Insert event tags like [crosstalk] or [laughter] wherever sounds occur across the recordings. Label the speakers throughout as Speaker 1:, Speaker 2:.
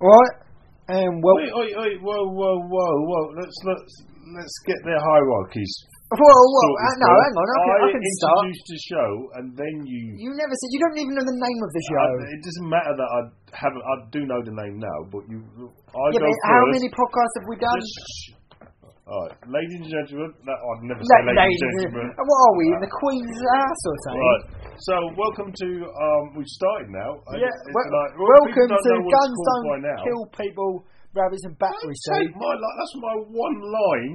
Speaker 1: Right, and um, [laughs] well,
Speaker 2: Wait, wait, wait, whoa, whoa, whoa, whoa. Let's let's let's get their hierarchies.
Speaker 1: well, well,
Speaker 2: sorted
Speaker 1: uh, no,
Speaker 2: first.
Speaker 1: hang on, I can, I can start.
Speaker 2: introduced the show, and then you.
Speaker 1: You never said you don't even know the name of the show.
Speaker 2: I, it doesn't matter that I haven't. I do know the name now, but you. I
Speaker 1: yeah,
Speaker 2: go
Speaker 1: but how
Speaker 2: first.
Speaker 1: many podcasts have we done?
Speaker 2: Just- Alright, ladies and gentlemen, that I'd never say
Speaker 1: La-
Speaker 2: ladies,
Speaker 1: ladies,
Speaker 2: and
Speaker 1: uh,
Speaker 2: gentlemen.
Speaker 1: what are we in the Queen's ass or something?
Speaker 2: Right, so welcome to um, we've started now. and
Speaker 1: Yeah,
Speaker 2: it's
Speaker 1: wel-
Speaker 2: like, well, people
Speaker 1: welcome to
Speaker 2: don't know what
Speaker 1: Guns
Speaker 2: it's called by
Speaker 1: Don't
Speaker 2: now.
Speaker 1: Kill People, Rabbits and Battery
Speaker 2: Take
Speaker 1: Show.
Speaker 2: my li- that's my one line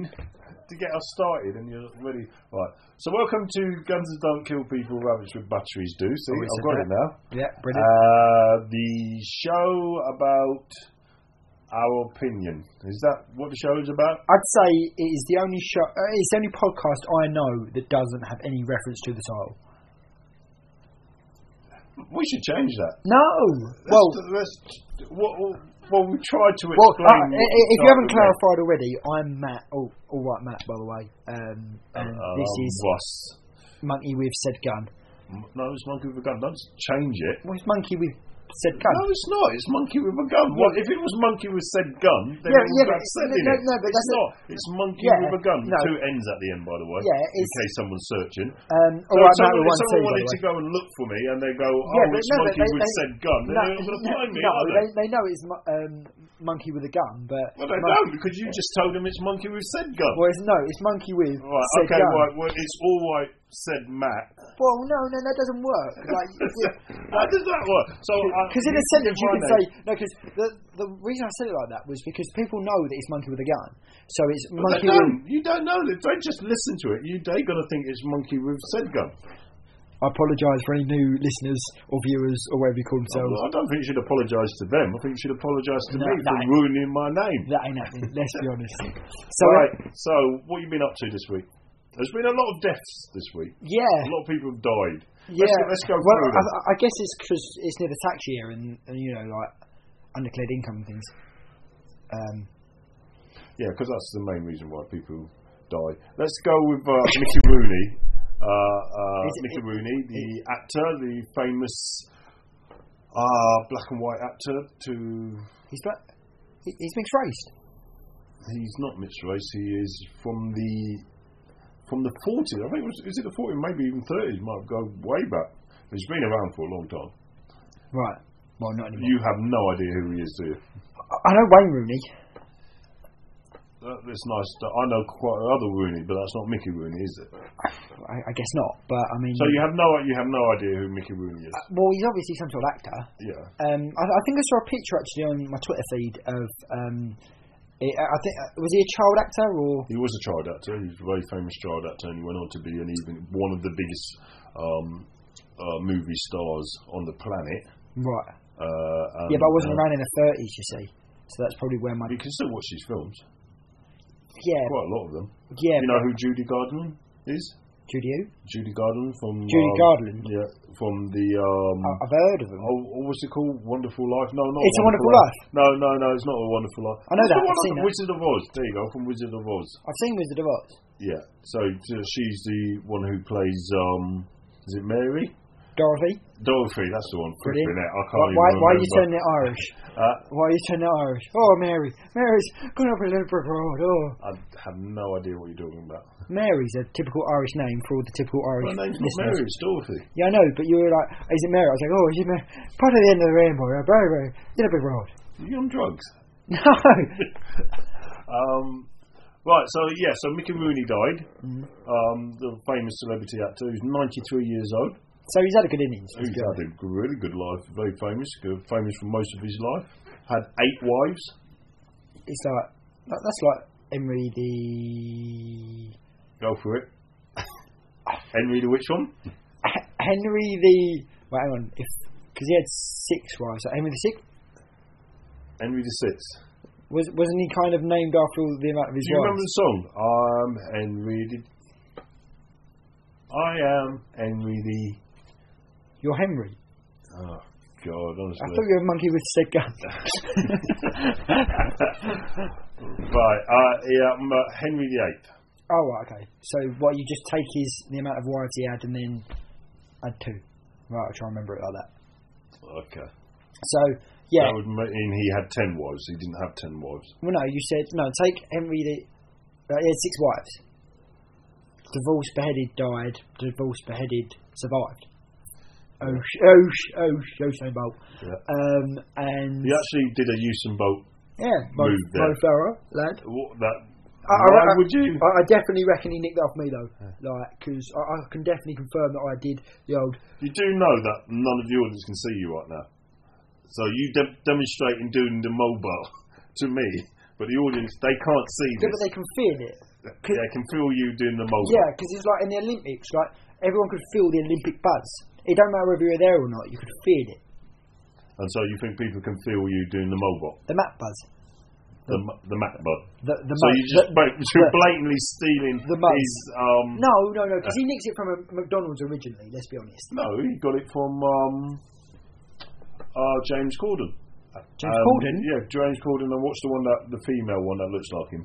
Speaker 2: to get us started, and you're really right. So welcome to Guns that Don't Kill People, Rabbits with Batteries Do. See,
Speaker 1: Oh, it's
Speaker 2: I've
Speaker 1: in
Speaker 2: got it now.
Speaker 1: Yeah,
Speaker 2: Uh, the show about our opinion is that what the show is about?
Speaker 1: I'd say it is the only show, uh, it's the only podcast I know that doesn't have any reference to the title.
Speaker 2: We should change that.
Speaker 1: No. well,
Speaker 2: Well, that's, what, what- well, we tried to
Speaker 1: well
Speaker 2: explain.
Speaker 1: uh, i-
Speaker 2: what
Speaker 1: i- if you
Speaker 2: type
Speaker 1: haven't
Speaker 2: of
Speaker 1: clarified already, I'm Matt. Oh, all right, Matt. By the way, um, and
Speaker 2: man-
Speaker 1: this
Speaker 2: Um,
Speaker 1: is
Speaker 2: Ross.
Speaker 1: Monkey with Said Gun.
Speaker 2: M- No, it's monkey with a gun. Don't change it.
Speaker 1: Well, it's Monkey with Said Gun.
Speaker 2: No, it's not. It's monkey with a gun. What if it was monkey with said gun? Then
Speaker 1: Yeah,
Speaker 2: it
Speaker 1: yeah,
Speaker 2: would have
Speaker 1: but-
Speaker 2: said
Speaker 1: no,
Speaker 2: in
Speaker 1: no,
Speaker 2: it.
Speaker 1: no, but that's
Speaker 2: it's
Speaker 1: a-
Speaker 2: not. It's monkey
Speaker 1: Yeah,
Speaker 2: with a gun.
Speaker 1: no.
Speaker 2: two ends at the end, by the way.
Speaker 1: Yeah,
Speaker 2: in
Speaker 1: it's-
Speaker 2: case someone's searching.
Speaker 1: Um, all right,
Speaker 2: So if
Speaker 1: Matt with one
Speaker 2: someone, if
Speaker 1: C.
Speaker 2: someone
Speaker 1: By the
Speaker 2: wanted
Speaker 1: way.
Speaker 2: to go and look for me, and they go, "Oh,
Speaker 1: Yeah, but
Speaker 2: it's
Speaker 1: no, but
Speaker 2: monkey
Speaker 1: they-
Speaker 2: with
Speaker 1: they-
Speaker 2: said gun," then
Speaker 1: no,
Speaker 2: they're not going to
Speaker 1: [laughs] no,
Speaker 2: find me,
Speaker 1: no,
Speaker 2: are
Speaker 1: they,
Speaker 2: they?
Speaker 1: they know it's mo- um, monkey with a gun, but
Speaker 2: Well, they
Speaker 1: mon-
Speaker 2: don't because you just told them it's monkey with said gun.
Speaker 1: well, it's, no, it's monkey with
Speaker 2: Right,
Speaker 1: said
Speaker 2: okay,
Speaker 1: gun.
Speaker 2: right. Well, it's all right, said Matt. [laughs]
Speaker 1: Well, no, no, that doesn't work. Like,
Speaker 2: How does that work? So,
Speaker 1: [laughs]
Speaker 2: uh,
Speaker 1: because in a sentence you can say no. Because the the reason I said it like that was because people know that it's monkey with a gun, so it's
Speaker 2: But
Speaker 1: monkey
Speaker 2: they
Speaker 1: with.
Speaker 2: don't. You don't know. They don't just listen to it. You they gonna think it's monkey with said gun.
Speaker 1: I apologise for any new listeners or viewers or whatever you call themselves.
Speaker 2: I don't think you should apologise to them. I think you should apologise to
Speaker 1: No,
Speaker 2: me for
Speaker 1: no.
Speaker 2: ruining my name.
Speaker 1: That ain't happening. Let's be
Speaker 2: [laughs]
Speaker 1: honest. So
Speaker 2: right. So what you been up to this week? There's been a lot of deaths this week.
Speaker 1: yeah,
Speaker 2: A lot of people have died.
Speaker 1: yeah.
Speaker 2: let's go
Speaker 1: well,
Speaker 2: through
Speaker 1: I, I guess it's because it's near the tax year and, and you know like undeclared income and things. Um,
Speaker 2: Yeah, because that's the main reason why people die. Let's go with uh, Mickey Rooney. Uh, uh,
Speaker 1: Is it-
Speaker 2: Mickey
Speaker 1: it-
Speaker 2: Rooney, the actor, the famous uh, black and white actor. To
Speaker 1: he's black. He, he's mixed race.
Speaker 2: he's not mixed race. He is from the from the 40s. I think it was, is it the 40s, maybe even 30s. Might go way back. He's been around for a long time.
Speaker 1: Right. Well, not anymore.
Speaker 2: You have no idea who he is, do you?
Speaker 1: I I know Wayne Rooney.
Speaker 2: That, that's nice. I know quite another Rooney, but that's not Mickey Rooney, is it?
Speaker 1: I, I guess not, but I mean, uh,
Speaker 2: So you have no you have no idea who Mickey Rooney is.
Speaker 1: well, he's obviously some sort of actor.
Speaker 2: Yeah.
Speaker 1: Um, I, I think I saw a picture actually on my Twitter feed of. Um, it, I think uh, was he a child actor or?
Speaker 2: He was a child actor. He was a very famous child actor, and he went on to be an even one of the biggest um, uh, movie stars on the planet.
Speaker 1: Right.
Speaker 2: Uh, and,
Speaker 1: yeah, but I wasn't
Speaker 2: uh,
Speaker 1: around in the thirties, you see. So that's probably where my
Speaker 2: You can still watch his films,
Speaker 1: yeah
Speaker 2: quite a lot of them.
Speaker 1: yeah
Speaker 2: You know who Judy Garland is?
Speaker 1: Judy. Who?
Speaker 2: Judy Garland from
Speaker 1: Judy
Speaker 2: um,
Speaker 1: Garland?
Speaker 2: Yeah, from the um,
Speaker 1: I, I've heard of him.
Speaker 2: oh, oh, what's it called? Wonderful Life? No, not.
Speaker 1: It's a Wonderful
Speaker 2: No, no, no. It's not a Wonderful Life.
Speaker 1: I know
Speaker 2: It's
Speaker 1: that,
Speaker 2: The one
Speaker 1: I've
Speaker 2: on
Speaker 1: seen
Speaker 2: the
Speaker 1: that.
Speaker 2: Wizard of Oz. There you go. From Wizard of Oz.
Speaker 1: I've seen Wizard of Oz.
Speaker 2: Yeah. So uh, she's the one who plays. Um, is it Mary?
Speaker 1: Dorothy.
Speaker 2: Dorothy, that's the one.
Speaker 1: Brilliant.
Speaker 2: Flipping it, I
Speaker 1: Why,
Speaker 2: can't even
Speaker 1: why, why are you turning
Speaker 2: remember.
Speaker 1: it Irish?
Speaker 2: Uh,
Speaker 1: Why are you turning it Irish? Oh, Mary, Mary's going up a little brick road. Oh,
Speaker 2: I have no idea what you're talking about.
Speaker 1: Mary's a typical Irish name for all the typical Irish.
Speaker 2: My name's not
Speaker 1: listeners.
Speaker 2: Mary, it's Dorothy.
Speaker 1: Yeah, I know, but you were like, is it Mary? I was like, oh, is it Mary? Part of the end of the rainbow, yeah, very, very, little bit road.
Speaker 2: Are you on drugs?
Speaker 1: [laughs] No!
Speaker 2: Um, right, so yeah, so Mickey Rooney died, um, the famous celebrity actor who's 93 years old.
Speaker 1: so he's had a good innings. let's
Speaker 2: He's
Speaker 1: be
Speaker 2: had a g- really good life, very famous, good, famous for most of his life. Had eight wives.
Speaker 1: honest. It's like, that, that's like Emery the.
Speaker 2: Go for it. [laughs] Henry the which one?
Speaker 1: Henry the. Wait, hang on. Because he had six wives. So Henry the Sixth?
Speaker 2: Henry the sixth.
Speaker 1: Was, wasn't he kind of named after all the amount of his
Speaker 2: Do you remember
Speaker 1: wives?
Speaker 2: the song? I'm Henry the. I am Henry the.
Speaker 1: You're Henry.
Speaker 2: Oh, God,
Speaker 1: I
Speaker 2: honestly.
Speaker 1: thought you were a monkey with a said gun. [laughs]
Speaker 2: [laughs] right, uh, yeah, I'm, uh, Henry the Eighth.
Speaker 1: oh, right, okay. So what, you just take his, the amount of wives he had and then add two. Right, I'll try and remember it like that.
Speaker 2: Okay.
Speaker 1: So yeah,
Speaker 2: That would mean he had ten wives. He didn't have ten wives.
Speaker 1: well no, you said no. Take Henry the uh, he had six wives. Divorced, beheaded, died. Divorced, beheaded, survived. Oh, sh- oh, sh- oh, sh- Usain Bolt.
Speaker 2: Yeah.
Speaker 1: Um, and
Speaker 2: He actually did a Usain Bolt.
Speaker 1: yeah, Mo,
Speaker 2: moved
Speaker 1: Mo
Speaker 2: there.
Speaker 1: Farah, lad.
Speaker 2: What that?
Speaker 1: I- I-
Speaker 2: why
Speaker 1: I-
Speaker 2: would you?
Speaker 1: I, I definitely reckon he nicked that off me though, like because I, I can definitely confirm that I did the old.
Speaker 2: You do know that none of the audience can see you right now. So you de- demonstrating doing the mobile [laughs] to me, but the audience they can't see
Speaker 1: Yeah,
Speaker 2: this.
Speaker 1: but they can feel it. could-
Speaker 2: they can feel you doing the mobile.
Speaker 1: Yeah, because it's like in the Olympics, like everyone could feel the Olympic buzz. It don't matter whether you were there or not, you could feel it.
Speaker 2: And so you think people can feel you doing the mobile,
Speaker 1: The map buzz.
Speaker 2: the m- the map bud.
Speaker 1: The the
Speaker 2: So
Speaker 1: mug.
Speaker 2: you just
Speaker 1: The-
Speaker 2: bla- you're
Speaker 1: the-
Speaker 2: [laughs] blatantly stealing
Speaker 1: the mug.
Speaker 2: his um.
Speaker 1: no, no, no, because he nicked it from a McDonald's originally. Let's be honest.
Speaker 2: No, he got it from um, uh, James Corden.
Speaker 1: James
Speaker 2: Um,
Speaker 1: Corden.
Speaker 2: Yeah, James Corden. And what's the one that the female one that looks like him?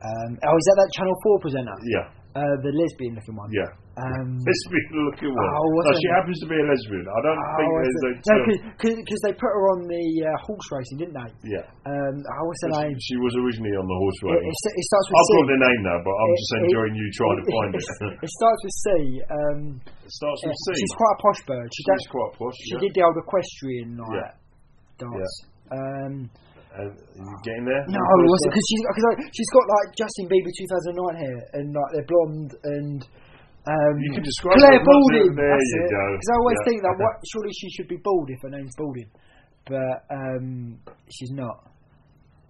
Speaker 1: Um, oh, is that that Channel Four presenter?
Speaker 2: Yeah,
Speaker 1: Uh, the lesbian looking one.
Speaker 2: yeah. [laughs]
Speaker 1: Um,
Speaker 2: Lesbian looking one.
Speaker 1: Oh, what's
Speaker 2: no,
Speaker 1: her
Speaker 2: she
Speaker 1: name?
Speaker 2: happens to be a lesbian. I don't
Speaker 1: Oh,
Speaker 2: think there's a term.
Speaker 1: because they put her on the uh, horse racing, didn't they?
Speaker 2: yeah,
Speaker 1: Um, oh, what's her name?
Speaker 2: she was originally on the horse
Speaker 1: It,
Speaker 2: riding.
Speaker 1: it, it starts with
Speaker 2: I've
Speaker 1: C.
Speaker 2: got the name now, but I'm
Speaker 1: It-
Speaker 2: just
Speaker 1: it-
Speaker 2: enjoying you trying to
Speaker 1: it-
Speaker 2: find
Speaker 1: [laughs]
Speaker 2: it. [laughs]
Speaker 1: it- it starts with C. Um,
Speaker 2: it starts with
Speaker 1: yeah,
Speaker 2: C.
Speaker 1: she's quite a posh bird. She,
Speaker 2: She's
Speaker 1: don't-
Speaker 2: quite posh.
Speaker 1: she
Speaker 2: yeah.
Speaker 1: did the old equestrian like
Speaker 2: Yeah.
Speaker 1: dance. Um,
Speaker 2: And Uh, are you getting there?
Speaker 1: no,
Speaker 2: Closer?
Speaker 1: it wasn't because she's because like, she's got like Justin Bieber 2009 hair and like they're blonde and. Um,
Speaker 2: You can describe
Speaker 1: Claire
Speaker 2: her, not the-
Speaker 1: Balding.
Speaker 2: There
Speaker 1: that's
Speaker 2: you
Speaker 1: it.
Speaker 2: go.
Speaker 1: Because I always
Speaker 2: Yeah.
Speaker 1: think
Speaker 2: [laughs]
Speaker 1: that what surely she should be bald if her name's Balding, but um, she's not.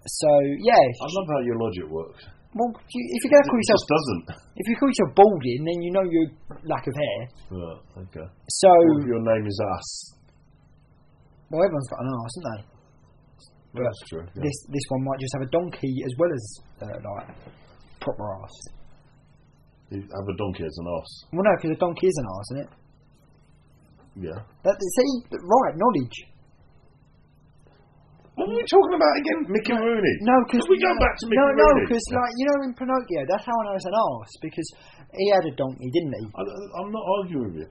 Speaker 1: So yeah,
Speaker 2: [laughs] I love how your logic works.
Speaker 1: well, if you- if you're gonna call
Speaker 2: It
Speaker 1: yourself
Speaker 2: just doesn't. [laughs]
Speaker 1: if you call yourself balding, then you know your lack of hair.
Speaker 2: Right, okay.
Speaker 1: So
Speaker 2: What if your name is Us?
Speaker 1: well, everyone's got an arse, haven't they? But
Speaker 2: That's true. yeah.
Speaker 1: This this one might just have a donkey as well as uh, like proper arse.
Speaker 2: You Have a donkey as an ass.
Speaker 1: Well, no, because a donkey is an arse, isn't it?
Speaker 2: Yeah.
Speaker 1: That see, right knowledge.
Speaker 2: What were we talking about again? Mickey Rooney.
Speaker 1: No, because
Speaker 2: Can we go back to Mickey
Speaker 1: no, no,
Speaker 2: Rooney?
Speaker 1: because
Speaker 2: Yeah.
Speaker 1: like you know in Pinocchio, that's how I know it's an arse because he had a donkey, didn't he?
Speaker 2: I, I'm not arguing with you.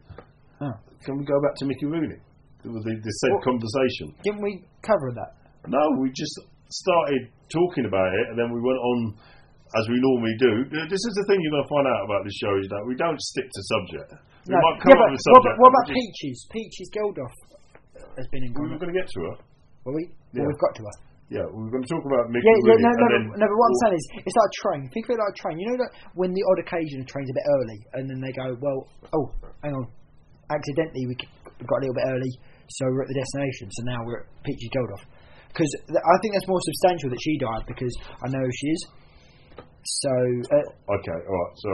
Speaker 1: Huh.
Speaker 2: Can we go back to Mickey Rooney? It was the, the said
Speaker 1: Well-
Speaker 2: conversation.
Speaker 1: Didn't we cover that?
Speaker 2: No, we just started talking about it, and then we went on as we normally do. This is the thing you're going to find out about this show is that we don't stick to subject. We
Speaker 1: No.
Speaker 2: might come
Speaker 1: Yeah,
Speaker 2: up
Speaker 1: but
Speaker 2: with a
Speaker 1: what
Speaker 2: subject.
Speaker 1: about, what
Speaker 2: and
Speaker 1: about
Speaker 2: we just-
Speaker 1: Peaches? Peaches Geldof has been in
Speaker 2: We were
Speaker 1: contact.
Speaker 2: going to get to her.
Speaker 1: Were we?
Speaker 2: Mm-hmm. Yeah.
Speaker 1: Well, we've got to her.
Speaker 2: Yeah, we were going to talk about Mickey
Speaker 1: Yeah, yeah,
Speaker 2: Rooney.
Speaker 1: no, no,
Speaker 2: and
Speaker 1: no,
Speaker 2: then, Oh,
Speaker 1: no, but what I'm saying is, it's like a train. Think of it like a train. You know that when the odd occasion a train's a bit early, and then they go, well, oh, hang on, accidentally we c- we got a little bit early, so we're at the destination, so now we're at Peachy Goldoff. Because th- I think that's more substantial that she died, because I know who she is. So, uh,
Speaker 2: Okay, all right. So,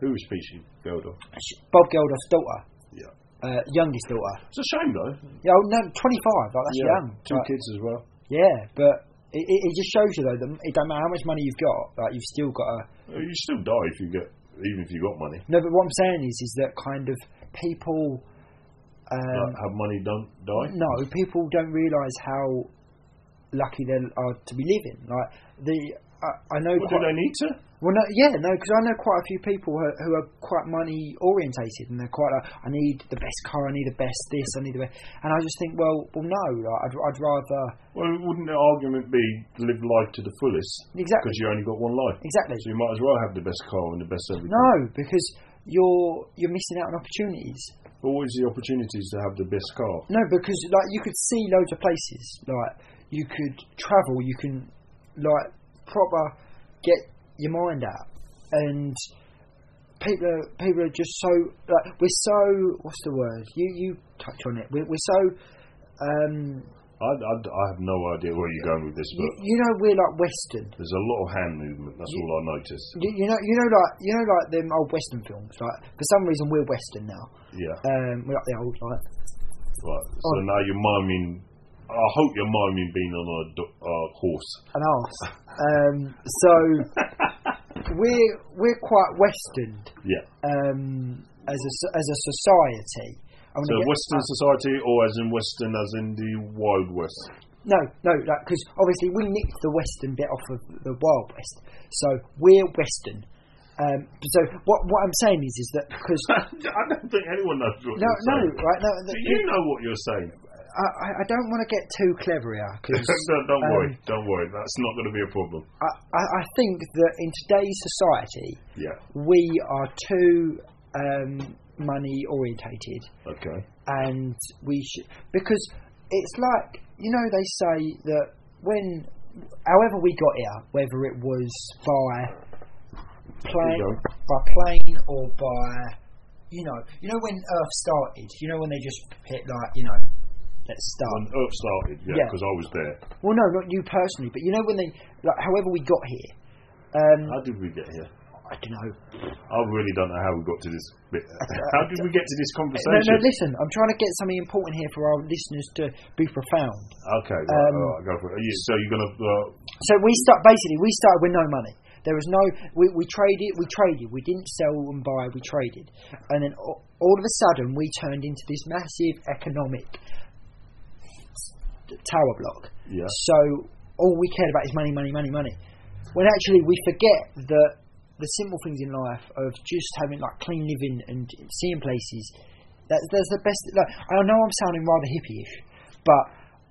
Speaker 2: who was Peachy Geldof?
Speaker 1: sh- Bob Geldoff's daughter.
Speaker 2: Yeah.
Speaker 1: Uh, youngest daughter.
Speaker 2: It's a shame though.
Speaker 1: Yeah, oh, no, 25, like, that's young.
Speaker 2: two
Speaker 1: Like,
Speaker 2: kids as well.
Speaker 1: yeah, but it, it it just shows you, though, that it don't matter how much money you've got, like, you've still got to...
Speaker 2: You still die if you get, even if you got money.
Speaker 1: No, but what I'm saying is, is that kind of people. Um,
Speaker 2: Like, have money, don't die.
Speaker 1: no, people don't realise how lucky they are to be living. Like the, I, I know.
Speaker 2: Well, do
Speaker 1: Quite,
Speaker 2: they need to?
Speaker 1: well, no, yeah, no, because I know quite a few people who, who are quite money orientated, and they're quite like, I need the best car, I need the best this, I need the best, and I just think, well, well, no, like, I'd, I'd rather
Speaker 2: Well, wouldn't the argument be live life to the fullest?
Speaker 1: exactly,
Speaker 2: Because you only got one life.
Speaker 1: exactly.
Speaker 2: So you might as well have the best car and the best everything.
Speaker 1: No, because you're you're missing out on opportunities.
Speaker 2: But what is the opportunities to have the best car?
Speaker 1: No, because like you could see loads of places. Like you could travel. You can like proper get your mind out. And people are people are just so like we're so what's the word? You you touch on it. We're we're so um
Speaker 2: I, I, I have no idea where you're going with this,
Speaker 1: you,
Speaker 2: but
Speaker 1: you know we're like Western.
Speaker 2: there's a lot of hand movement. That's all I noticed.
Speaker 1: You, you know you know like you know like them old Western films. Like for some reason we're Western now.
Speaker 2: Yeah.
Speaker 1: Um, we're like the old like
Speaker 2: Right. So
Speaker 1: Oh.
Speaker 2: now you're miming. I hope you're miming being on a do- uh, horse.
Speaker 1: an arse. Um, so we're we're quite Western.
Speaker 2: Yeah.
Speaker 1: um, as a as a society. I wanna
Speaker 2: So
Speaker 1: get-
Speaker 2: Western society, or as in Western, as in the Wild West. [laughs]
Speaker 1: no, no, because obviously we nicked the Western bit off of the Wild West, so we're Western. Um, so what what I'm
Speaker 2: [laughs]
Speaker 1: saying is is that because
Speaker 2: I don't think anyone knows what
Speaker 1: no
Speaker 2: you're
Speaker 1: no
Speaker 2: saying.
Speaker 1: right no
Speaker 2: Do
Speaker 1: the-
Speaker 2: you know what you're saying?
Speaker 1: I, I- I don't want to get too clever here
Speaker 2: [laughs]
Speaker 1: because
Speaker 2: don't
Speaker 1: um,
Speaker 2: don't worry, don't worry. That's not going to be a problem.
Speaker 1: I, I, I think that in today's society
Speaker 2: Yeah.
Speaker 1: we are too um, money orientated
Speaker 2: Okay.
Speaker 1: and we should because it's like you know they say that when however we got here whether it was by
Speaker 2: Here
Speaker 1: plane
Speaker 2: you go.
Speaker 1: by plane or by you know you know when earth started you know when they just hit like you know let's
Speaker 2: When
Speaker 1: start
Speaker 2: Earth started, yeah,
Speaker 1: Yeah.
Speaker 2: because I was there.
Speaker 1: well no not you personally but you know when they like however we got here um
Speaker 2: How did we get here?
Speaker 1: i don't know
Speaker 2: I really don't know how we got to this bit.
Speaker 1: I-
Speaker 2: How did we get to this
Speaker 1: no no
Speaker 2: conversation?
Speaker 1: listen i'm trying to get something important here for our listeners to be profound
Speaker 2: Okay, right,
Speaker 1: Um,
Speaker 2: all right, go for it. Are you, so you're gonna uh,
Speaker 1: So we start basically we started with no money. There was no we, we traded we traded we didn't sell and buy we traded, and then all, all of a sudden we turned into this massive economic tower block.
Speaker 2: yeah,
Speaker 1: So all we cared about is money, money, money, money. When actually we forget that the simple things in life of just having like clean living and seeing places. That's that's the best. Like, I know I'm sounding rather hippie-ish, but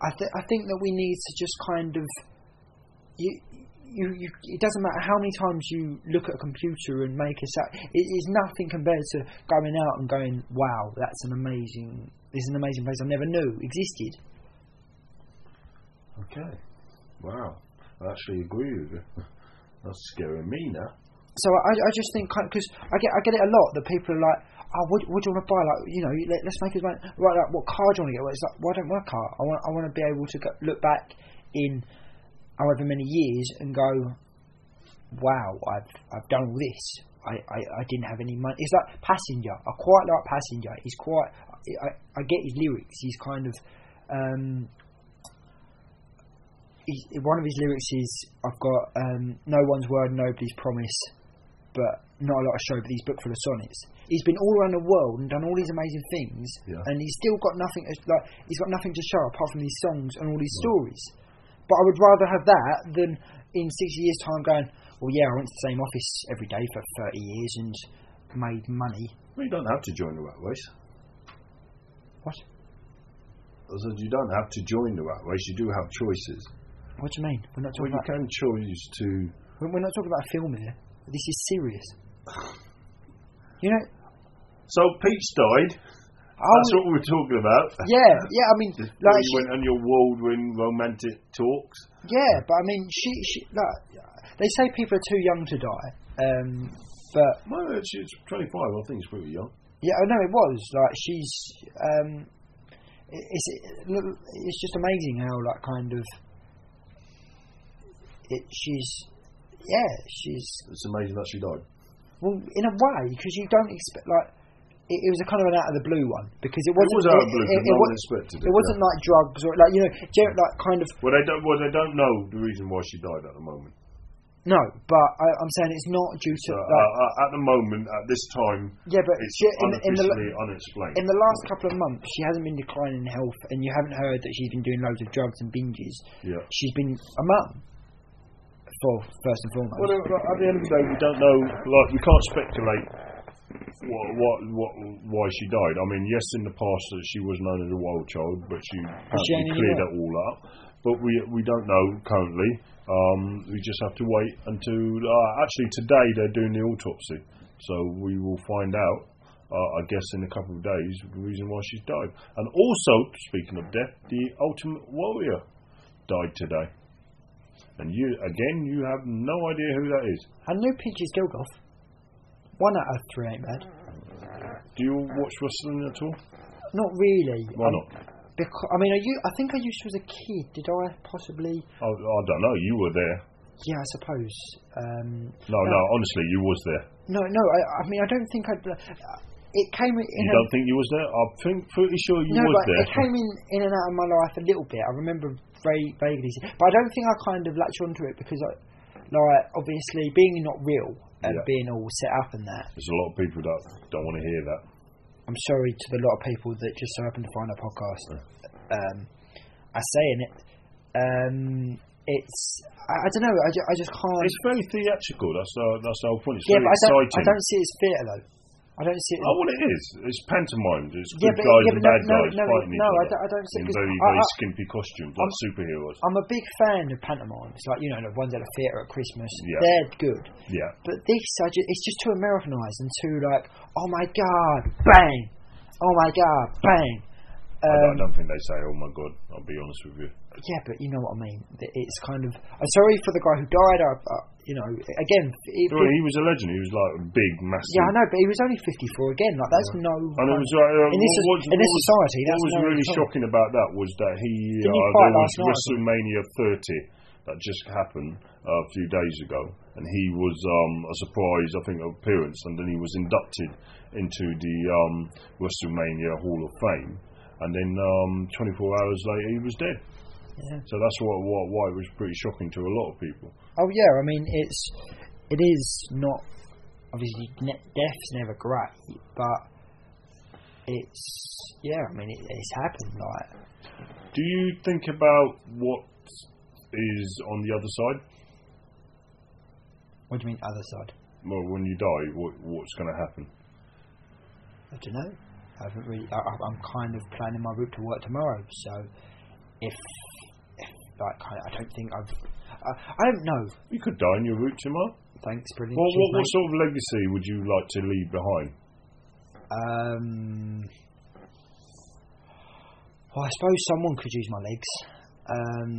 Speaker 1: I th- I think that we need to just kind of you. You, you, it doesn't matter how many times you look at a computer and make a sa- it is nothing compared to going out and going, wow, that's an amazing, this is an amazing place I never knew existed.
Speaker 2: okay, wow. I actually agree with you. [laughs] That's scaring me now.
Speaker 1: so I, I just think because I get I get it a lot that people are like, oh, what, what do you want to buy? Like, you know, let, let's make it right. Right, like, what car do you want to get? Well, it's like, well, I don't want a car. I want I want to be able to go, look back in however many years and go, wow, I've I've done all this. I, I, I didn't have any money. It's like Passenger. I quite like Passenger. He's quite. I, I get his lyrics. He's kind of. Um, he's, one of his lyrics is I've got um, no one's word, nobody's promise, but not a lot of show. But he's booked full of sonnets. He's been all around the world and done all these amazing things,
Speaker 2: Yeah.
Speaker 1: and he's still got nothing. as- Like he's got nothing to show apart from these songs and all these stories. But I would rather have that than in sixty years' time going. Well, yeah, I went to the same office every day for thirty years and made money.
Speaker 2: Well, you don't have to join the rat race.
Speaker 1: What?
Speaker 2: I said you don't have to join the rat race. You do have choices.
Speaker 1: What do you mean? We're not
Speaker 2: Well,
Speaker 1: talking
Speaker 2: you
Speaker 1: about
Speaker 2: can choose to.
Speaker 1: we're we're not talking about a film here. This is
Speaker 2: [sighs]
Speaker 1: serious. You know,
Speaker 2: So Peach died.
Speaker 1: I
Speaker 2: That's what we were talking about.
Speaker 1: Yeah,
Speaker 2: [laughs]
Speaker 1: yeah. I mean,
Speaker 2: Just
Speaker 1: like,
Speaker 2: you
Speaker 1: she,
Speaker 2: went on your whirlwind romantic talks.
Speaker 1: yeah, but I mean, she, she, like, they say people are too young to die. Um, but
Speaker 2: Well, she's 25. I think she's pretty young.
Speaker 1: yeah, I know it was like she's. Um, it- it's it's just amazing how like kind of. It, she's, yeah, she's
Speaker 2: It's amazing that she died.
Speaker 1: well in a way because you don't expect like. It, it was a kind of an out of the blue one because it
Speaker 2: It
Speaker 1: wasn't.
Speaker 2: was out of blue,
Speaker 1: it- it-
Speaker 2: but no
Speaker 1: it
Speaker 2: one
Speaker 1: wa-
Speaker 2: expected it.
Speaker 1: it wasn't like drugs or like you know, gen- like kind of
Speaker 2: yeah. Well, they don't. Well, they don't know the reason why she died at the moment.
Speaker 1: no. But I, I'm saying it's not due to
Speaker 2: So,
Speaker 1: like,
Speaker 2: uh, uh, at the moment, at this time,
Speaker 1: Yeah, but
Speaker 2: it's
Speaker 1: she, in, in, the,
Speaker 2: unofficially unexplained.
Speaker 1: in the last couple of months, she hasn't been declining in health, and you haven't heard that she's been doing loads of drugs and binges.
Speaker 2: yeah.
Speaker 1: She's been a mum, for first and foremost.
Speaker 2: Well, uh, like, at the end of the day, we don't know. Like, we can't speculate what, what, what, why she died. I mean, yes, in the past that she was known as a wild child, but she
Speaker 1: she
Speaker 2: apparently
Speaker 1: only
Speaker 2: cleared
Speaker 1: what?
Speaker 2: that all up. But we we don't know currently. Um, we just have to wait until uh, actually today they're doing the autopsy, so we will find out. Uh, I guess in a couple of days the reason why she's died. And also, speaking of death, the Ultimate Warrior died today. And you again, you have no idea who that is.
Speaker 1: I know Peaches Gilgoff. One out of three ain't bad.
Speaker 2: Do you watch wrestling at all?
Speaker 1: Not really.
Speaker 2: Why
Speaker 1: um,
Speaker 2: not?
Speaker 1: Because I mean, are you? I think I used to as a kid. Did I possibly?
Speaker 2: I, Oh, I don't know. You were there.
Speaker 1: Yeah, I suppose. Um,
Speaker 2: No, no.
Speaker 1: No.
Speaker 2: honestly, you was there.
Speaker 1: no, no. I, I mean, I don't think I'd. It came in.
Speaker 2: You
Speaker 1: a-
Speaker 2: don't think you was there? I think pretty sure you
Speaker 1: no,
Speaker 2: was
Speaker 1: but
Speaker 2: there.
Speaker 1: it came in, in and out of my life a little bit. I remember very vaguely, seeing- but I don't think I kind of latched onto it because, I, like, obviously being not real and
Speaker 2: Yeah.
Speaker 1: being all set up and that.
Speaker 2: There's a lot of people that don't want to hear that.
Speaker 1: I'm sorry to the lot of people that just so happen to find our podcast. Um, I say in it, um, it's I, I don't know. I, ju- I just can't.
Speaker 2: It's very theatrical. That's uh, that's the whole point. It's
Speaker 1: yeah,
Speaker 2: very
Speaker 1: but I don't, I
Speaker 2: exciting.
Speaker 1: don't see it as theatre though. I I don't see it.
Speaker 2: Oh, well, it is. It's pantomimed. It's
Speaker 1: Yeah,
Speaker 2: good
Speaker 1: but-
Speaker 2: guys
Speaker 1: yeah,
Speaker 2: and
Speaker 1: but
Speaker 2: bad
Speaker 1: no,
Speaker 2: guys
Speaker 1: no, no,
Speaker 2: fighting
Speaker 1: no,
Speaker 2: each
Speaker 1: I
Speaker 2: other
Speaker 1: don't- I don't see-
Speaker 2: in
Speaker 1: 'cause
Speaker 2: very,
Speaker 1: I-
Speaker 2: very
Speaker 1: I-
Speaker 2: skimpy costumes like superheroes.
Speaker 1: I'm a big fan of pantomimes, like you know the ones at the theatre at Christmas.
Speaker 2: Yeah.
Speaker 1: They're good,
Speaker 2: yeah,
Speaker 1: but this I ju- it's just too Americanised and too like, oh my god, bang, oh my god, bang.
Speaker 2: I don't- I
Speaker 1: Um,
Speaker 2: don't think they say, "Oh my god." I'll be honest with you.
Speaker 1: yeah, but you know what I mean. That It's kind of I'm sorry for the guy who died. I, I, you know, again, it,
Speaker 2: Well, he was a legend. He was like a big, massive.
Speaker 1: yeah, I know, but he was only 54 again. Like that's no.
Speaker 2: And it
Speaker 1: kind-
Speaker 2: was like, uh,
Speaker 1: in this,
Speaker 2: what, what,
Speaker 1: in this
Speaker 2: what was,
Speaker 1: society,
Speaker 2: what
Speaker 1: that's
Speaker 2: was
Speaker 1: no
Speaker 2: really
Speaker 1: kind-
Speaker 2: shocking about that was that he,
Speaker 1: he
Speaker 2: uh,
Speaker 1: fight
Speaker 2: there was
Speaker 1: last night?
Speaker 2: WrestleMania 30 that just happened uh, a few days ago, and he was um, a surprise, I think, appearance, and then he was inducted into the um, WrestleMania Hall of Fame, and then um, 24 hours later he was dead.
Speaker 1: Yeah.
Speaker 2: So that's why, why, why it was pretty shocking to a lot of people.
Speaker 1: Oh yeah, I mean it's it is not obviously ne- death's never great, but it's yeah. I mean it, it's happened. Like
Speaker 2: Do you think about what is on the other side?
Speaker 1: what do you mean other side?
Speaker 2: Well, when you die, what, what's going to happen?
Speaker 1: I don't know. I haven't really. I, I- I'm kind of planning my route to work tomorrow, so if, if like kind of, I don't think I've. I, I don't know.
Speaker 2: You could die on your route tomorrow.
Speaker 1: Thanks, brilliant.
Speaker 2: Well,
Speaker 1: Cheers,
Speaker 2: what, what sort of legacy would you like to leave behind?
Speaker 1: Um, well, I suppose someone could use my legs. Um,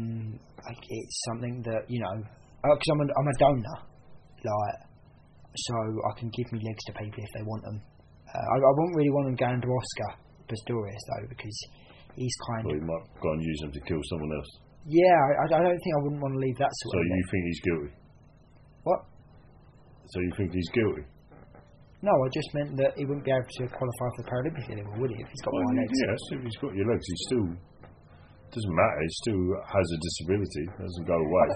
Speaker 1: like it's something that you know, because I'm a, I'm a donor, like, so I can give me legs to people if they want them. Uh, I, I wouldn't really want them going to Oscar Pistorius though, because he's kind
Speaker 2: Well,
Speaker 1: of
Speaker 2: you might go and use them to kill someone else.
Speaker 1: yeah. I, I don't think I wouldn't want to leave that sort
Speaker 2: So
Speaker 1: of.
Speaker 2: you
Speaker 1: leg.
Speaker 2: think he's guilty?
Speaker 1: What?
Speaker 2: So you think he's guilty?
Speaker 1: No, I just meant that he wouldn't be able to qualify for the Paralympics anymore, would he? If he's got
Speaker 2: Well,
Speaker 1: my
Speaker 2: you-
Speaker 1: legs.
Speaker 2: yes, if he's got your legs, he still doesn't matter. He still has a disability. It doesn't go
Speaker 1: [laughs]
Speaker 2: away.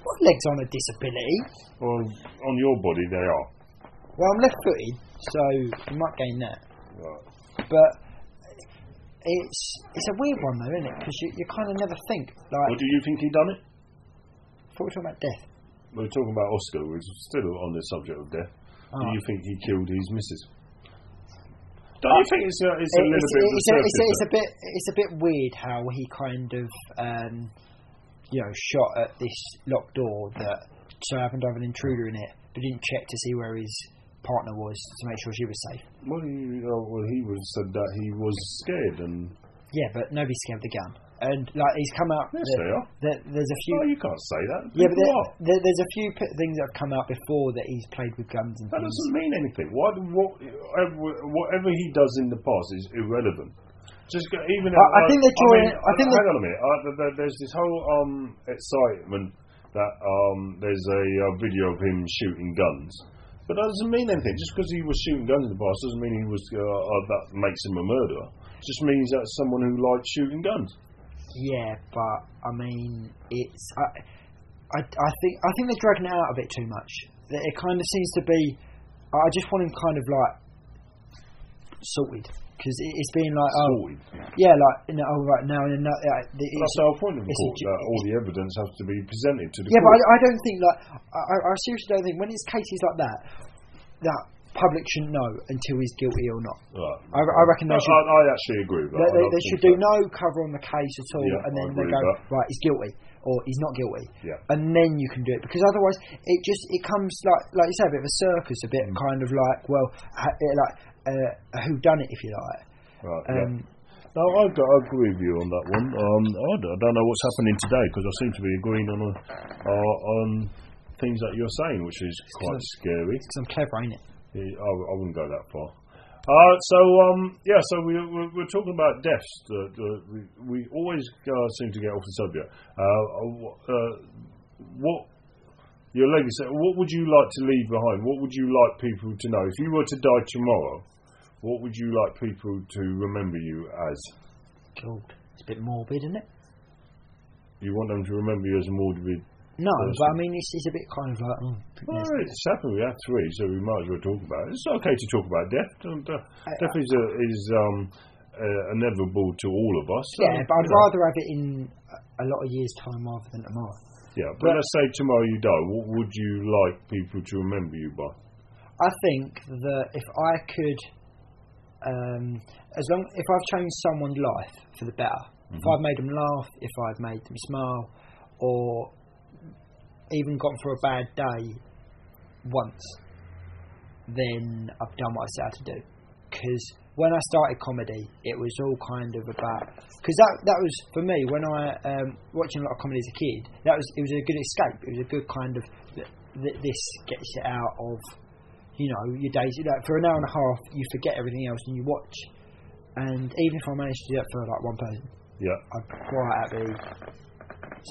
Speaker 1: What legs on a disability?
Speaker 2: Well, on your body they are.
Speaker 1: Uh, Well, I'm left footed, so you might gain that.
Speaker 2: Right.
Speaker 1: But it's it's a weird one, though, isn't it? Because you, you kind of never think. Like,
Speaker 2: Well, do you think he done it?
Speaker 1: thought we were talking about death.
Speaker 2: We're talking about Oscar. We're still on the subject of death. Do
Speaker 1: Oh.
Speaker 2: you think he killed his missus? Don't you think it's a, it's a
Speaker 1: Uh, It-
Speaker 2: little
Speaker 1: it's,
Speaker 2: bit
Speaker 1: it's, a, it's, a,
Speaker 2: resurfaced
Speaker 1: it's a bit it's a bit weird how he kind of um, you know shot at this locked door that so happened to have an intruder in it, but didn't check to see where his partner was to make sure she was safe.
Speaker 2: Well, he, oh, well, he would have said that he was scared, and
Speaker 1: Yeah, but nobody scared of the gun, and like he's come out.
Speaker 2: yes,
Speaker 1: that-
Speaker 2: they are.
Speaker 1: that there's a few.
Speaker 2: Oh, you can't say that.
Speaker 1: Yeah, but
Speaker 2: People
Speaker 1: there,
Speaker 2: are.
Speaker 1: there, there's a few p- things that have come out before that he's played with guns and
Speaker 2: that
Speaker 1: things.
Speaker 2: doesn't mean anything. What, what, whatever he does in the past is irrelevant. Just go, even.
Speaker 1: I- I think they're
Speaker 2: mean,
Speaker 1: drawing- I think
Speaker 2: hang
Speaker 1: they're-
Speaker 2: on a minute. Uh, th- th- there's this whole um, excitement that um, there's a uh, video of him shooting guns. But that doesn't mean anything. Just because he was shooting guns in the past doesn't mean he was uh, uh, that makes him a murderer. Just means that's someone who likes shooting guns.
Speaker 1: Yeah, but I mean, it's I, I, I think I think they're dragging it out a bit too much. That It kind of seems to be. I just want him kind of like sorted because it, it's being like oh
Speaker 2: Sorted.
Speaker 1: yeah like no, oh right now and no, uh, the-
Speaker 2: Well,
Speaker 1: it's,
Speaker 2: That's our point of
Speaker 1: it's a
Speaker 2: court,
Speaker 1: ju-
Speaker 2: that all the evidence has to be presented to the
Speaker 1: yeah, but
Speaker 2: court.
Speaker 1: I, I don't think like I, I I seriously don't think when it's cases like that that public shouldn't know until he's guilty or not. I,
Speaker 2: Right.
Speaker 1: I reckon
Speaker 2: No,
Speaker 1: they should
Speaker 2: I, I actually agree with
Speaker 1: They,
Speaker 2: that. I
Speaker 1: they,
Speaker 2: don't
Speaker 1: they should do
Speaker 2: think
Speaker 1: no cover on the case at all,
Speaker 2: Yeah,
Speaker 1: and then
Speaker 2: I
Speaker 1: they
Speaker 2: agree
Speaker 1: go
Speaker 2: with
Speaker 1: right, he's guilty or he's not guilty,
Speaker 2: Yeah.
Speaker 1: and then you can do it because otherwise it just it comes like like you say a bit of a circus, a
Speaker 2: Mm.
Speaker 1: bit kind of like well ha- eh, like uh, who done it if you like.
Speaker 2: that. Right, yeah.
Speaker 1: Um,
Speaker 2: No, I, g- I agree with you on that one. Um, I, d- I don't know what's happening today because I seem to be agreeing on a, uh, on things that you're saying, which is quite scary.
Speaker 1: Because I'm clever, ain't it?
Speaker 2: Yeah, I, I wouldn't go that far. Uh, so um, yeah, so we, we're, we're talking about deaths. The, the, we, we always uh, seem to get off the subject. Uh, uh, wh- uh, what your legacy? What would you like to leave behind? What would you like people to know? If you were to die tomorrow, what would you like people to remember you as?
Speaker 1: God, it's a bit morbid, isn't it?
Speaker 2: You want them to remember you as a morbid.
Speaker 1: No,
Speaker 2: Awesome.
Speaker 1: but I mean it's, it's a bit kind of like mm,
Speaker 2: Well,
Speaker 1: yes.
Speaker 2: it's happened. We had three, so we might as well talk about it. It's okay to talk about death. And, uh,
Speaker 1: I-
Speaker 2: death is, a, is um, uh, inevitable to all of us. so,
Speaker 1: yeah, but I'd
Speaker 2: you know.
Speaker 1: rather have it in a a lot of years' time rather than tomorrow.
Speaker 2: Yeah, but
Speaker 1: But-
Speaker 2: let's say tomorrow you die. What would you like people to remember you by?
Speaker 1: I think that if I could, um, as long if I've changed someone's life for the better, if I've made them laugh, if I've made them smile, or even gone for a bad day once, then I've done what I set out to do. Because when I started comedy, it was all kind of about because that that was for me when I um, watching a lot of comedy as a kid. That was it was a good escape. It was a good kind of th- th- this gets you out of you know your days. You know, for an hour and a half, you forget everything else and you watch. And even if I managed to do that for like one person,
Speaker 2: Yeah.
Speaker 1: I'd quite happily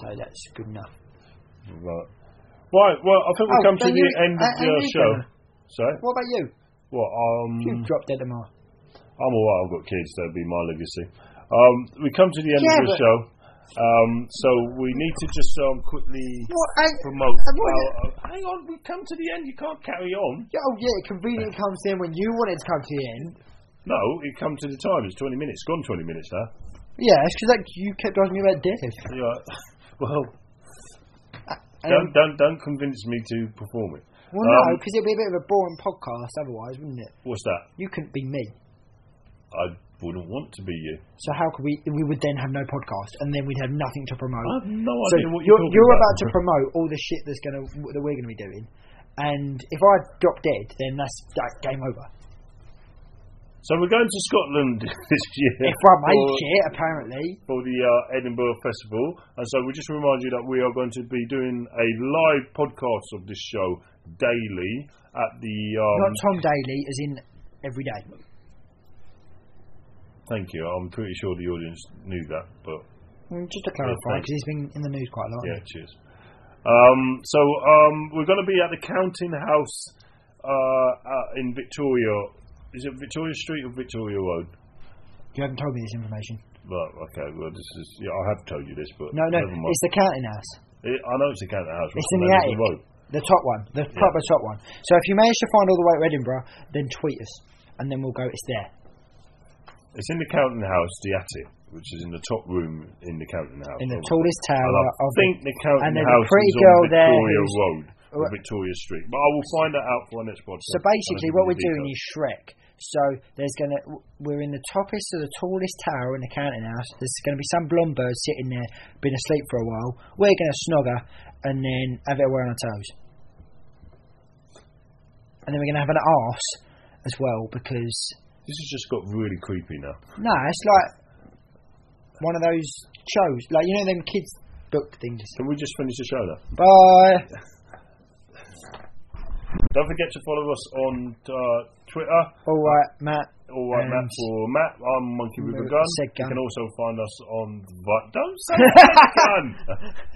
Speaker 1: say that's good enough.
Speaker 2: Right. Right. Well, I think we
Speaker 1: Oh,
Speaker 2: come to
Speaker 1: then
Speaker 2: the
Speaker 1: you-
Speaker 2: end of
Speaker 1: uh,
Speaker 2: the
Speaker 1: and you
Speaker 2: show.
Speaker 1: go.
Speaker 2: So,
Speaker 1: What about you?
Speaker 2: what?
Speaker 1: You've
Speaker 2: Um,
Speaker 1: dropped dead tomorrow.
Speaker 2: I'm all right. I've got kids. That'd be my legacy. Um, we come to the end
Speaker 1: Yeah,
Speaker 2: of the
Speaker 1: but-
Speaker 2: show. Um, so we need to just um, quickly
Speaker 1: What? I,
Speaker 2: promote.
Speaker 1: I wanna-
Speaker 2: our- uh, hang on. We come to the end. You can't carry on.
Speaker 1: Yeah, oh yeah, it conveniently comes in when you want it to come to the end.
Speaker 2: No, it come to the time. It's 20 minutes. It's gone 20 minutes now.
Speaker 1: Yeah, it's because like you kept asking me about Dev.
Speaker 2: Yeah. [laughs] Well,
Speaker 1: Um,
Speaker 2: don't don't don't convince me to perform it.
Speaker 1: well, no,
Speaker 2: um,
Speaker 1: because it'd be a bit of a boring podcast otherwise, wouldn't it?
Speaker 2: What's that?
Speaker 1: You couldn't be me,
Speaker 2: I wouldn't want to be you.
Speaker 1: so how could we? We would then have no podcast, and then we'd have nothing to promote.
Speaker 2: I have no
Speaker 1: so
Speaker 2: idea what
Speaker 1: you're
Speaker 2: you're, talking
Speaker 1: you're about.
Speaker 2: about
Speaker 1: to promote all the shit that's gonna that we're gonna be doing, and if I drop dead, then that's that game over.
Speaker 2: So we're going to Scotland [laughs] this year
Speaker 1: If I make
Speaker 2: for,
Speaker 1: it, apparently,
Speaker 2: for the uh, Edinburgh Festival, and so we just remind you that we are going to be doing a live podcast of this show daily at the. Um,
Speaker 1: not Tom Daly, as in every day.
Speaker 2: thank you. I'm pretty sure the audience knew that, but
Speaker 1: Mm, Just to clarify,
Speaker 2: thanks.
Speaker 1: because he's been in the news quite a lot.
Speaker 2: yeah, cheers. Um, so um, we're going to be at the Counting House uh, uh, in Victoria. Is it Victoria Street or Victoria Road?
Speaker 1: You haven't told me this information.
Speaker 2: Right, okay. Well, this is. Yeah, I have told you this, but
Speaker 1: No, no,
Speaker 2: Never mind.
Speaker 1: it's the counting house.
Speaker 2: It- I know it's the Counting House.
Speaker 1: It's
Speaker 2: right,
Speaker 1: in the
Speaker 2: man,
Speaker 1: attic.
Speaker 2: road.
Speaker 1: The top one, the proper top one. So if you manage to find all the way to Edinburgh, then tweet us, and then we'll go. It's there.
Speaker 2: It's in the counting house, the attic, which is in the top room in the counting house.
Speaker 1: In the
Speaker 2: obviously.
Speaker 1: tallest
Speaker 2: And
Speaker 1: tower
Speaker 2: I
Speaker 1: of
Speaker 2: think the counting
Speaker 1: and there's a
Speaker 2: house
Speaker 1: pretty
Speaker 2: is on
Speaker 1: girl there
Speaker 2: Victoria
Speaker 1: who's-
Speaker 2: Road, or
Speaker 1: Well-
Speaker 2: Victoria Street. But I will find that out for our next podcast.
Speaker 1: So basically, what we're doing is Shrek. So there's gonna we're in the toppest of the tallest tower in the counting house. There's gonna be some blonde bird sitting there, been asleep for a while. We're gonna snog her, and then have it away on our toes. And then we're gonna have an arse as well because
Speaker 2: This has just got really creepy now.
Speaker 1: no, it's like one of those shows, like you know them kids book things.
Speaker 2: Can we just finish the show now?
Speaker 1: Bye.
Speaker 2: Don't forget to follow us on uh, Twitter.
Speaker 1: All right, Matt.
Speaker 2: All right,
Speaker 1: And-
Speaker 2: Matt. For Matt, I'm Monkey with a
Speaker 1: With-
Speaker 2: Gun.
Speaker 1: said
Speaker 2: You
Speaker 1: gun.
Speaker 2: can also find us on. Vi- Don't
Speaker 1: [laughs]
Speaker 2: say said gun.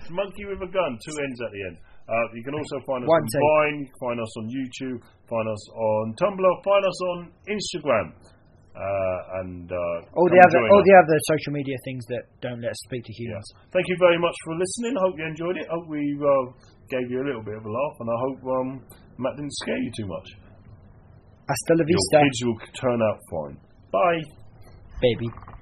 Speaker 2: Monkey with a Gun. Two ends at the end. Uh, you can also find us
Speaker 1: One
Speaker 2: on
Speaker 1: T.
Speaker 2: Vine. Find us on YouTube. Find us on Tumblr. Find us on Instagram. Uh, and uh,
Speaker 1: All the
Speaker 2: come
Speaker 1: other,
Speaker 2: join
Speaker 1: all
Speaker 2: us.
Speaker 1: the other social media things that don't let us speak to humans.
Speaker 2: Yes. Thank you very much for listening. Hope you enjoyed it. Hope we uh, gave you a little bit of a laugh, and I hope um, Matt didn't scare you too much.
Speaker 1: Hasta la
Speaker 2: Your
Speaker 1: vista,
Speaker 2: kids will turn out fine. Bye.
Speaker 1: baby.